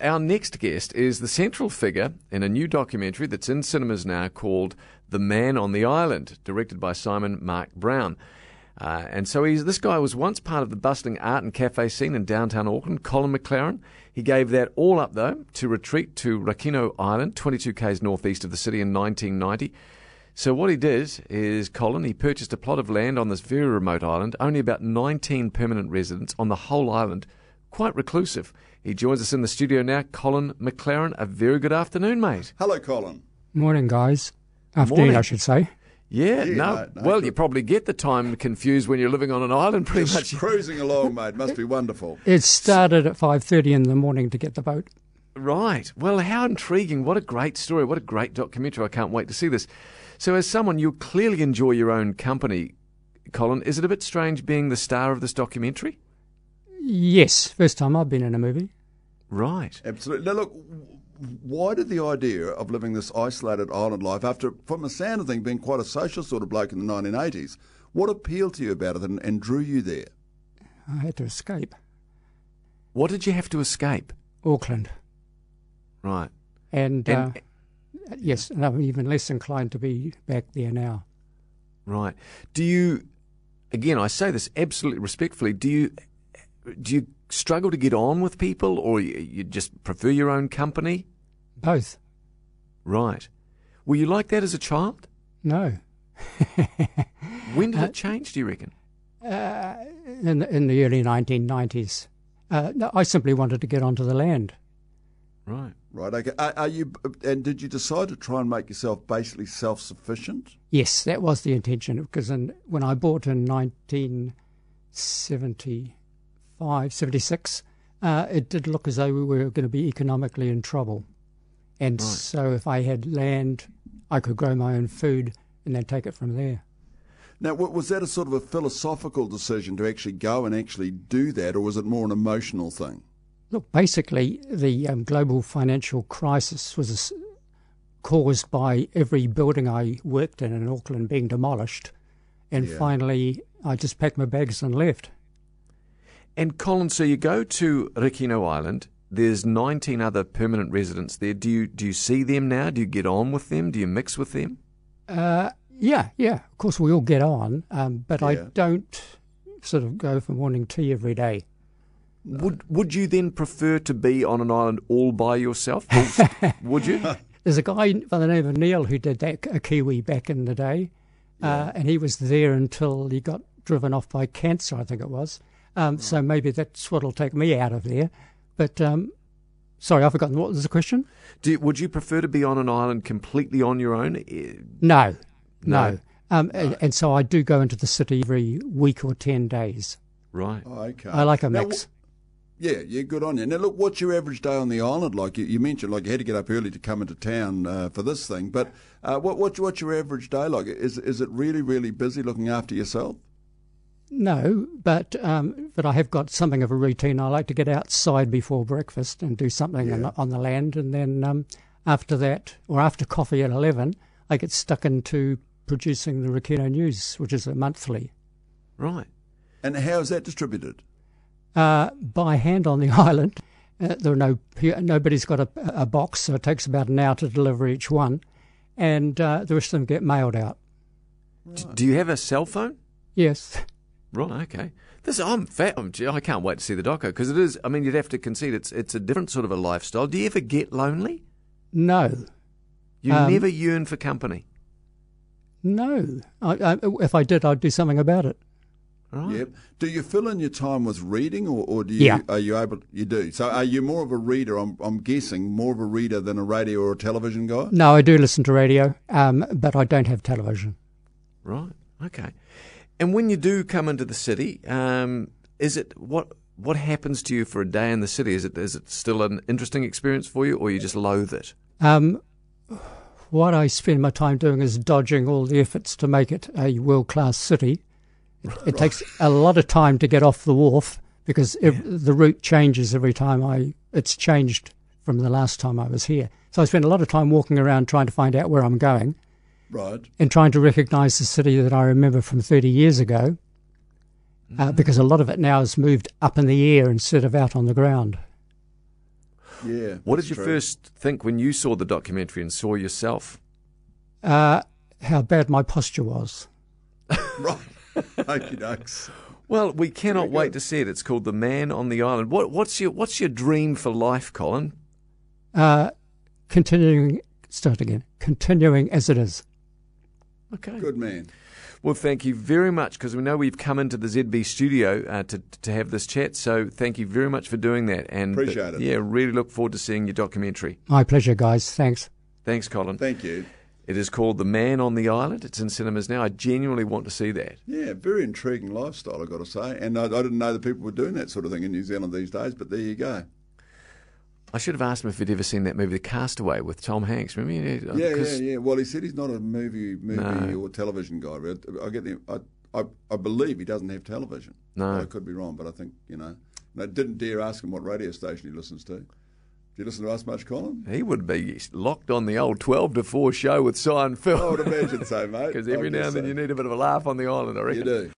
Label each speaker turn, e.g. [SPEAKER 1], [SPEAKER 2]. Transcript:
[SPEAKER 1] Our next guest is the central figure in a new documentary that's in cinemas now called The Man on the Island, directed by Simon Mark Brown. Uh, and so he's, this guy was once part of the bustling art and cafe scene in downtown Auckland, Colin McLaren. He gave that all up, though, to retreat to Rakino Island, 22 k's northeast of the city in 1990. So what he did is, Colin, he purchased a plot of land on this very remote island, only about 19 permanent residents on the whole island, quite reclusive. He joins us in the studio now, Colin McLaren. A very good afternoon, mate.
[SPEAKER 2] Hello, Colin.
[SPEAKER 3] Morning, guys. Afternoon,
[SPEAKER 1] Morning.
[SPEAKER 3] I should say.
[SPEAKER 1] Yeah,
[SPEAKER 2] Yeah,
[SPEAKER 1] no,
[SPEAKER 2] mate, no,
[SPEAKER 1] well,
[SPEAKER 2] good.
[SPEAKER 1] you probably get the time confused when you're living on an island, pretty
[SPEAKER 2] Just
[SPEAKER 1] much.
[SPEAKER 2] cruising along, mate. Must be wonderful.
[SPEAKER 3] It started at five thirty in the morning to get the boat.
[SPEAKER 1] Right. Well, how intriguing. What a great story. What a great documentary. I can't wait to see this. So, as someone, you clearly enjoy your own company, Colin. Is it a bit strange being the star of this documentary?
[SPEAKER 3] Yes, first time I've been in a movie.
[SPEAKER 1] Right.
[SPEAKER 2] Absolutely. Now, look, w- why did the idea of living this isolated island life, after, from the sound of things, being quite a social sort of bloke in the 1980s, what appealed to you about it and, and drew you there?
[SPEAKER 3] I had to escape
[SPEAKER 1] What did you have to escape?
[SPEAKER 3] Auckland,
[SPEAKER 1] Right.
[SPEAKER 3] and,
[SPEAKER 1] And-
[SPEAKER 3] uh, yes, and I'm even less inclined to be back there now.
[SPEAKER 1] Right. Do you, again, I say this absolutely respectfully, do you, do you struggle to get on with people or you, you just prefer your own company?
[SPEAKER 3] Both,
[SPEAKER 1] Right. Were you like that as a child?
[SPEAKER 3] no.
[SPEAKER 1] When did it change, do you reckon?
[SPEAKER 3] uh, in in the early 1990s, uh, no, I simply wanted to get onto the land.
[SPEAKER 1] Right.
[SPEAKER 2] Right. Okay. Are, are you? And did you decide to try and make yourself basically self-sufficient?
[SPEAKER 3] Yes, that was the intention because in, when I bought in 1975, 76, uh, it did look as though we were going to be economically in trouble. And
[SPEAKER 1] Right.
[SPEAKER 3] so if I had land, I could grow my own food and then take it from there.
[SPEAKER 2] Now, wa- was that a sort of a philosophical decision to actually go and actually do that, or was it more an emotional thing?
[SPEAKER 3] Look, basically, the um, global financial crisis was s- caused by every building I worked in in Auckland being demolished. And
[SPEAKER 2] Yeah.
[SPEAKER 3] finally, I just packed my bags and left.
[SPEAKER 1] And Colin, so you go to Rikino Island. There's 19 other permanent residents there. Do you do you see them now? Do you get on with them? Do you mix with them?
[SPEAKER 3] Uh, yeah, yeah. Of course, we all get on, um, but I
[SPEAKER 2] Yeah.
[SPEAKER 3] don't sort of go for morning tea every day.
[SPEAKER 1] Would would you then prefer to be on an island all by yourself? Or- would you?
[SPEAKER 3] There's a guy by the name of Neil who did that, a Kiwi back in the day, uh, and he was there until he got driven off by cancer, I think it was. Um, So maybe that's what'll take me out of there. But um, sorry, I've forgotten what was the question.
[SPEAKER 1] Do you- would you prefer to be on an island completely on your own? Eh,
[SPEAKER 3] No,
[SPEAKER 1] No.
[SPEAKER 3] no. Um, And, and so I do go into the city every week or ten days.
[SPEAKER 1] Right.
[SPEAKER 2] Oh, Okay.
[SPEAKER 3] I like a
[SPEAKER 2] Now,
[SPEAKER 3] mix.
[SPEAKER 2] Yeah, yeah, good on you. Now, look, what's your average day on the island like? You, you mentioned like you had to get up early to come into town uh, for this thing, but uh, what, what, what's your average day like? Is is it really, really busy looking after yourself?
[SPEAKER 3] No, but um, but I have got something of a routine. I like to get outside before breakfast and do something on, the, on the land, and then um, after that, or after coffee at eleven, I get stuck into producing the Rakino News, which is a monthly
[SPEAKER 1] Right.
[SPEAKER 2] And how is that distributed?
[SPEAKER 3] uh, by hand on the island. Uh, there are no pe- nobody's got a, a box, so it takes about an hour to deliver each one, and uh, the rest of them get mailed out.
[SPEAKER 1] D- do you have a cell phone?
[SPEAKER 3] Yes,
[SPEAKER 1] Right. Okay. This I'm fat. I'm, gee, I can't wait to see the doco because it is. I mean, you'd have to concede it's it's a different sort of a lifestyle. Do you ever get lonely?
[SPEAKER 3] no.
[SPEAKER 1] You
[SPEAKER 3] Um,
[SPEAKER 1] never yearn for company.
[SPEAKER 3] No, I, I, if I did, I'd do something about it.
[SPEAKER 1] Right.
[SPEAKER 2] Yep. Do you fill in your time with reading, or, or do you
[SPEAKER 3] Yeah.
[SPEAKER 2] are you able? You do. So, are you more of a reader? I'm I'm guessing more of a reader than a radio or a television guy.
[SPEAKER 3] No, I do listen to radio, um, but I don't have television.
[SPEAKER 1] Right. Okay. And when you do come into the city, um, is it what what happens to you for a day in the city? Is it is it still an interesting experience for you, or you just loathe it?
[SPEAKER 3] Um, what I spend my time doing is dodging all the efforts to make it a world class city. It, it takes a lot of time to get off the wharf because ev- the route changes every time I. It's changed from the last time I was here. So I spend a lot of time walking around trying to find out where I'm going
[SPEAKER 2] Right.
[SPEAKER 3] and trying to recognize the city that I remember from 30 years ago uh, because a lot of it now has moved up in the air instead of out on the ground.
[SPEAKER 2] Yeah,
[SPEAKER 1] What did you
[SPEAKER 2] true.
[SPEAKER 1] first think when you saw the documentary and saw yourself?
[SPEAKER 3] Uh, how bad my posture was.
[SPEAKER 2] Right. Okey dokes.
[SPEAKER 1] Well, we cannot
[SPEAKER 2] Very
[SPEAKER 1] wait
[SPEAKER 2] good.
[SPEAKER 1] to see it. It's called The Man on the Island. What, what's your What's your dream for life, Colin?
[SPEAKER 3] Uh, continuing, start again. Continuing as it is.
[SPEAKER 1] Okay.
[SPEAKER 2] Good man.
[SPEAKER 1] Well, thank you very much because we know we've come into the ZB studio uh, to to have this chat. So thank you very much for doing that. And uh,
[SPEAKER 2] Appreciate it.
[SPEAKER 1] Yeah, really look forward to seeing your documentary.
[SPEAKER 3] My pleasure, guys. Thanks.
[SPEAKER 1] Thanks, Colin.
[SPEAKER 2] Thank you.
[SPEAKER 1] It is called The Man on the Island. It's in cinemas now. I genuinely want to see that.
[SPEAKER 2] Yeah, very intriguing lifestyle, I've got to say. And I, I didn't know that people were doing that sort of thing in New Zealand these days, but there you go.
[SPEAKER 1] I should have asked him if he'd ever seen that movie, The Castaway, with Tom Hanks. Remember?
[SPEAKER 2] Yeah, yeah,
[SPEAKER 1] 'Cause-
[SPEAKER 2] yeah. Well, he said he's not a movie movie
[SPEAKER 1] Uh, No.
[SPEAKER 2] or television guy. but I, I get the, I, I, I believe he doesn't have television.
[SPEAKER 1] No.
[SPEAKER 2] But I could be wrong, but I think, you know. And I didn't dare ask him what radio station he listens to. Do you listen to us much, Colin?
[SPEAKER 1] He would be locked on the old 12 to 4 show with Cy and
[SPEAKER 2] I Oh, would
[SPEAKER 1] Phil.
[SPEAKER 2] imagine so, mate.
[SPEAKER 1] Because every
[SPEAKER 2] I
[SPEAKER 1] now and
[SPEAKER 2] guess
[SPEAKER 1] then
[SPEAKER 2] so.
[SPEAKER 1] you need a bit of a laugh on the island, I reckon.
[SPEAKER 2] You do.